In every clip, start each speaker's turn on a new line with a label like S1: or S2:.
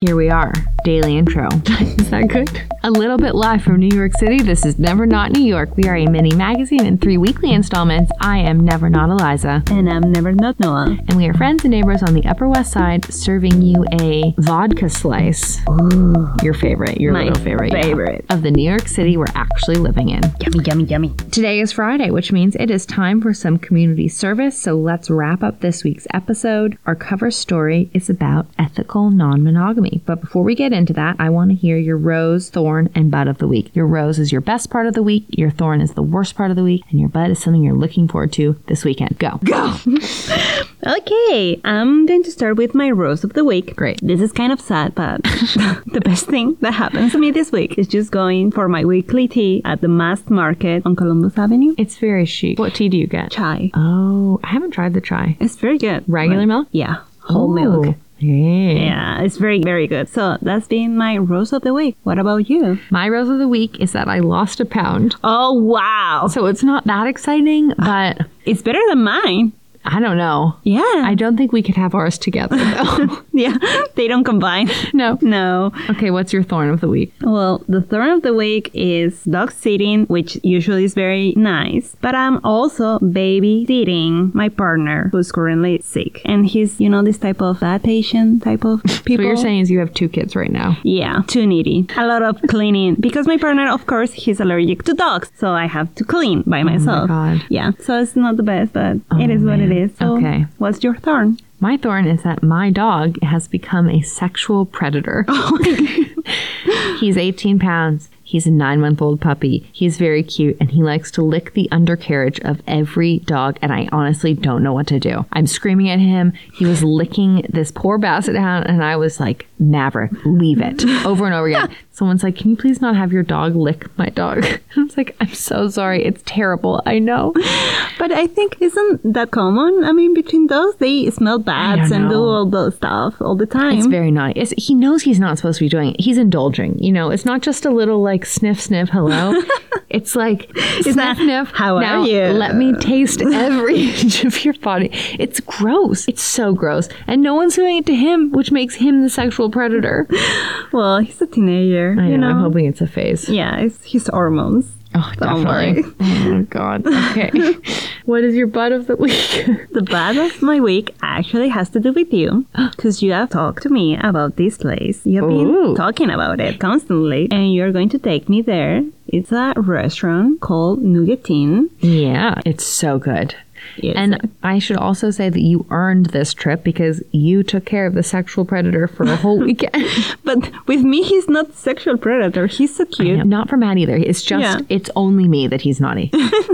S1: Here we are, daily intro. is that good? A little bit live from New York City. This is Never Not New York. We are a mini magazine in three weekly installments. I am Never Not Eliza,
S2: And I'm never not Noah.
S1: and we are friends and neighbors on the Upper West Side, serving you a vodka slice. Your favorite, your
S2: My
S1: little favorite, yeah,
S2: favorite.
S1: of the New York City we're actually living in.
S2: Yummy, yummy, yummy.
S1: Today is Friday, which means it is time for some community service. So let's wrap up this week's episode. Our cover story is about ethical non monogamy. But before we get into that, I want to hear your rose, thorn, and bud of the week. Your rose is your best part of the week, your thorn is the worst part of the week, and your bud is something you're looking forward to this weekend. Go. Go.
S2: Okay, I'm going to start with my rose of the week.
S1: Great.
S2: This is kind of sad, but the best thing that happens to me this week is just going for my weekly tea at the Mast Market on Columbus Avenue.
S1: It's very chic. What tea do you get?
S2: Chai.
S1: Oh, I haven't tried the chai.
S2: It's very good.
S1: Regular
S2: Like,
S1: milk?
S2: Yeah, whole
S1: Oh,
S2: milk.
S1: Yeah.
S2: Yeah, it's very, very good. So that's been my rose of the week. What about you?
S1: My rose of the week is that I lost a pound.
S2: Oh, wow.
S1: So it's not that exciting, but
S2: It's better than mine.
S1: I don't know.
S2: Yeah.
S1: I don't think we could have ours together, though.
S2: yeah, they don't combine.
S1: no.
S2: No.
S1: Okay, what's your thorn of the week?
S2: Well, the thorn of the week is dog sitting, which usually is very nice, but I'm also babysitting my partner who's currently sick. And he's, you know, this type of bad patient type of
S1: So
S2: people.
S1: what you're saying is you have two kids right now.
S2: Yeah, too needy. A lot of cleaning because my partner, of course, he's allergic to dogs, so I have to clean by myself.
S1: God.
S2: Yeah, so it's not the best, but it is what it is. So
S1: Okay.
S2: What's your thorn?
S1: My thorn is that my dog has become a sexual predator. He's 18 pounds. He's a nine month old puppy. He's very cute and he likes to lick the undercarriage of every dog. And I honestly don't know what to do. I'm screaming at him. He was licking this poor basset hound. And I was like, Maverick, leave it over and over again. Someone's like, Can you please not have your dog lick my dog? I was like, I'm so sorry. It's terrible. I know.
S2: But I think isn't that common? I mean, between dogs, they smell bats and do
S1: know.
S2: all those stuff all the time.
S1: It's very naughty. It's, he knows he's not supposed to be doing it. He's indulging. You know, it's not just a little like sniff, sniff, hello. it's like sniff,
S2: not,
S1: sniff.
S2: "How are
S1: now
S2: you?"
S1: Let me taste every inch of your body. It's gross. It's so gross, and no one's doing it to him, which makes him the sexual predator.
S2: Well, he's a teenager,
S1: I know.
S2: you know.
S1: I'm hoping it's a phase.
S2: yeah, it's his hormones.
S1: Oh,
S2: Don't
S1: definitely. Oh God. Okay. what is your butt of the week?
S2: The bad of my week actually has to do with you, because you have talked to me about this place. You have
S1: Ooh.
S2: been talking about it constantly, and you're going to take me there. It's a restaurant called Nougatine.
S1: yeah, it's so good.
S2: It's
S1: And I should also say that you earned this trip because you took care of the sexual predator for a whole weekend.
S2: but with me, he's not sexual predator. He's so cute.
S1: not for Matt either. It's just,
S2: Yeah.
S1: it's only me that he's naughty.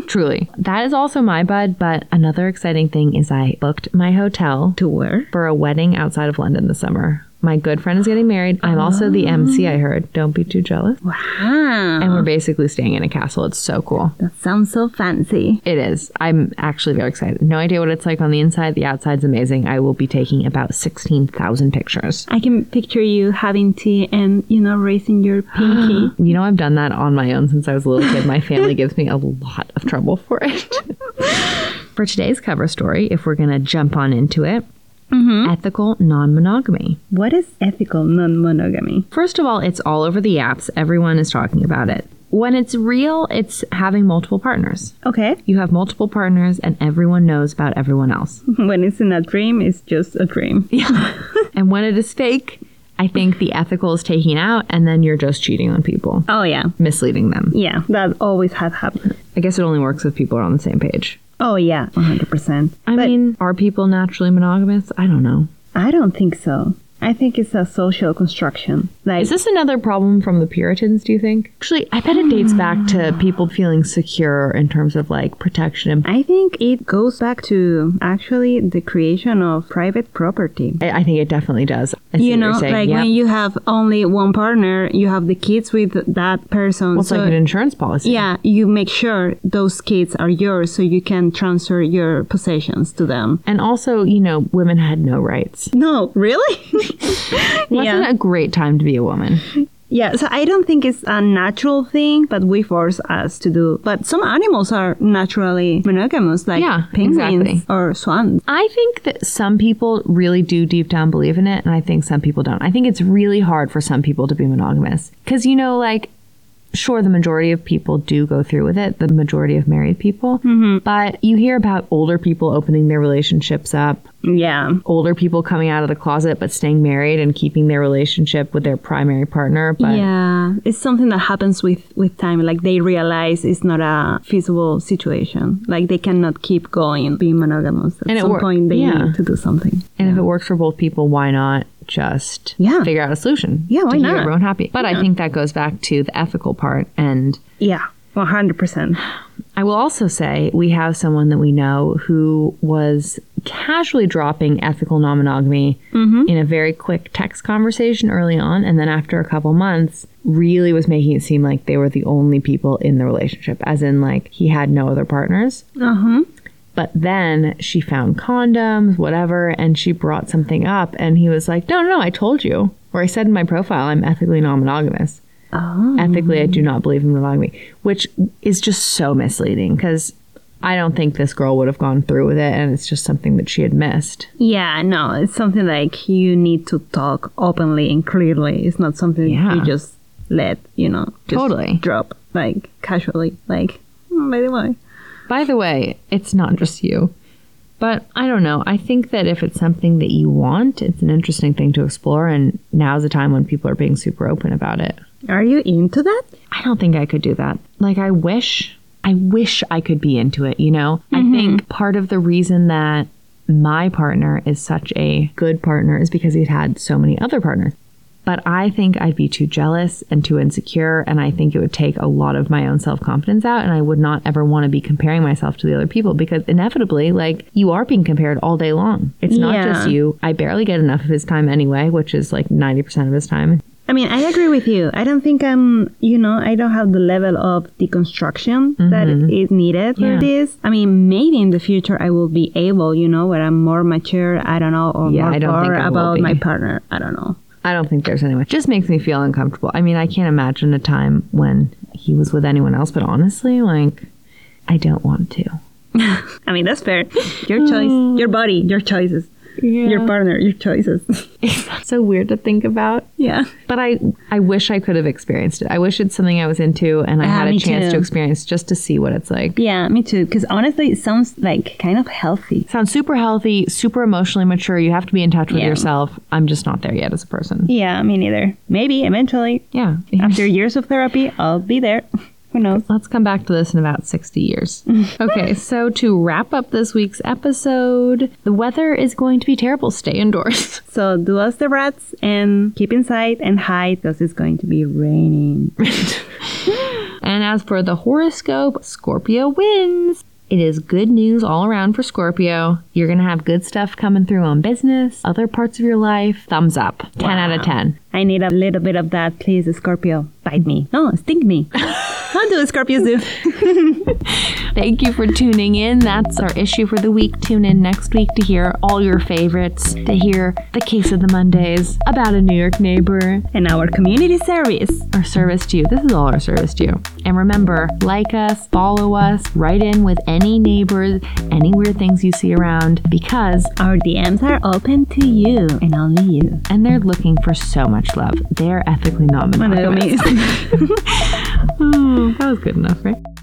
S1: Truly. That is also my bud. But another exciting thing is I booked my hotel
S2: To where?
S1: for a wedding outside of London this summer. My good friend is getting married. I'm also the MC, I heard. Don't be too jealous.
S2: Oh. Wow,
S1: And we're basically staying in a castle. It's so cool.
S2: that sounds so fancy.
S1: It is. I'm actually very excited. No idea what it's like on the inside. The outside's amazing. I will be taking about 16,000 pictures.
S2: I can picture you having tea and you know raising your pinky.
S1: You know, I've done that on my own since I was a little kid. My family gives me a lot of trouble for it. for today's cover story, if we're going to jump on into it, ethical non monogamy.
S2: What is ethical non-monogamy?
S1: First of all, it's all over the apps, everyone is talking about it. When it's real, it's having multiple partners.
S2: Okay.
S1: You have multiple partners, and everyone knows about everyone else.
S2: When it's in a dream, it's just a dream.
S1: and when it is fake, I think the ethical is taken out, and then you're just cheating on people,
S2: Oh, yeah.
S1: misleading them.
S2: Yeah. That always has happened.
S1: I guess it only works if people are on the same page.
S2: Oh, yeah. 100%.
S1: I
S2: But-
S1: mean, are people naturally monogamous? I don't know.
S2: I don't think so. I think it's a social construction. Like,
S1: Is this another problem from the Puritans, do you think? Actually, I bet it dates back to people feeling secure in terms of like protection. and-
S2: I think it goes back to actually the creation of private property.
S1: I, I think it definitely does. I see
S2: You
S1: what
S2: know,
S1: you're saying.
S2: like
S1: yeah.
S2: when you have only one partner, you have the kids with that person.
S1: Well, it's like an insurance policy.
S2: yeah, you make sure those kids are yours so you can transfer your possessions to them.
S1: And also, you know, women had no rights.
S2: No, really?
S1: Wasn't
S2: Yeah.
S1: a great time to be a woman.
S2: Yeah, so I don't think it's a natural thing, but we force us to do. But some animals are naturally monogamous, like
S1: Yeah,
S2: penguins
S1: exactly.
S2: or swans.
S1: I think that some people really do deep down believe in it, and I think some people don't. I think it's really hard for some people to be monogamous. Because, you know, like, sure, the majority of people do go through with it, the majority of married people.
S2: Mm-hmm.
S1: But you hear about older people opening their relationships up,
S2: Yeah.
S1: older people coming out of the closet but staying married and keeping their relationship with their primary partner. But
S2: yeah, it's something that happens with with time. Like they realize it's not a feasible situation. Like they cannot keep going being monogamous. At
S1: And it
S2: some
S1: wor-
S2: point, they
S1: yeah.
S2: need to do something.
S1: And if it works for both people, why not just
S2: Yeah.
S1: figure out a solution?
S2: Yeah, why
S1: to
S2: not?
S1: Keep everyone happy. But I think that goes back to the ethical part. And
S2: Yeah, one hundred percent.
S1: I will also say we have someone that we know who was casually dropping ethical non monogamy in a very quick text conversation early on. And then after a couple months, really was making it seem like they were the only people in the relationship, as in, like, he had no other partners.
S2: Uh huh.
S1: But then she found condoms, whatever, and she brought something up, and he was like, No, no, no, I told you. Or I said in my profile, I'm ethically non monogamous.
S2: Oh.
S1: Ethically, I do not believe in monogamy, which is just so misleading because I don't think this girl would have gone through with it, and it's just something that she had missed.
S2: Yeah, no, it's something like you need to talk openly and clearly. It's not something
S1: Yeah.
S2: you just let, you know, just
S1: Totally.
S2: drop like casually, like "Mm, by the way.
S1: By the way, it's not just you. But I don't know. I think that if it's something that you want, it's an interesting thing to explore, and now's the time when people are being super open about it.
S2: Are you into that?
S1: I don't think I could do that. Like, I wish, I wish I could be into it, you know? I think part of the reason that my partner is such a good partner is because he'd had so many other partners. But I think I'd be too jealous and too insecure, and I think it would take a lot of my own self confidence out, and I would not ever want to be comparing myself to the other people because inevitably, like, you are being compared all day long. It's not
S2: Yeah.
S1: just you. I barely get enough of his time anyway, which is like 90% of his time.
S2: I mean, I agree with you. I don't think I'm, you know, I don't have the level of deconstruction that is needed
S1: Mm-hmm. Yeah.
S2: for this. I mean, maybe in the future I will be able, you know, when I'm more mature, I don't know, or
S1: Yeah,
S2: more
S1: I don't think
S2: aware
S1: I will
S2: about
S1: be.
S2: my partner. I don't know.
S1: I don't think there's anyone. It just makes me feel uncomfortable. I mean, I can't imagine a time when he was with anyone else, but honestly, like, I don't want to.
S2: I mean, that's fair. Your choice, your body, your choices, your partner, your choices.
S1: It's so weird to think about.
S2: yeah.
S1: But I, I wish I could have experienced it. I wish it's something I was into and I
S2: Ah,
S1: had a
S2: me
S1: chance to
S2: too.
S1: experience just to see what it's like.
S2: Yeah, me too. Because honestly, it sounds like kind of healthy.
S1: Sounds super healthy, super emotionally mature. You have to be in touch with
S2: Yeah.
S1: yourself. I'm just not there yet as a person.
S2: Yeah, me neither. Maybe eventually,
S1: Yeah.
S2: after years of therapy, I'll be there. Who knows?
S1: Let's come back to this in about 60 years. okay, so to wrap up this week's episode, the weather is going to be terrible. Stay indoors.
S2: So do us the rats and keep inside and hide because it's going to be raining.
S1: and as for the horoscope, Scorpio wins. It is good news all around for Scorpio. You're going to have good stuff coming through on business, other parts of your life. Thumbs up. 10 out of 10.
S2: I need a little bit of that, please, Scorpio. Bite me. No, sting me. How do Scorpios do?
S1: Thank you for tuning in. That's our issue for the week. Tune in next week to hear all your favorites, to hear the case of the Mondays, about a New York neighbor,
S2: And our community service.
S1: our service to you. This is all our service to you. And remember, like us, follow us, write in with any neighbors, any weird things you see around, because,
S2: Our DMs are open to you and only you.
S1: and they're looking for so much love. They're ethically not monogamous.
S2: Monogamous.
S1: Ooh, that was good enough, right?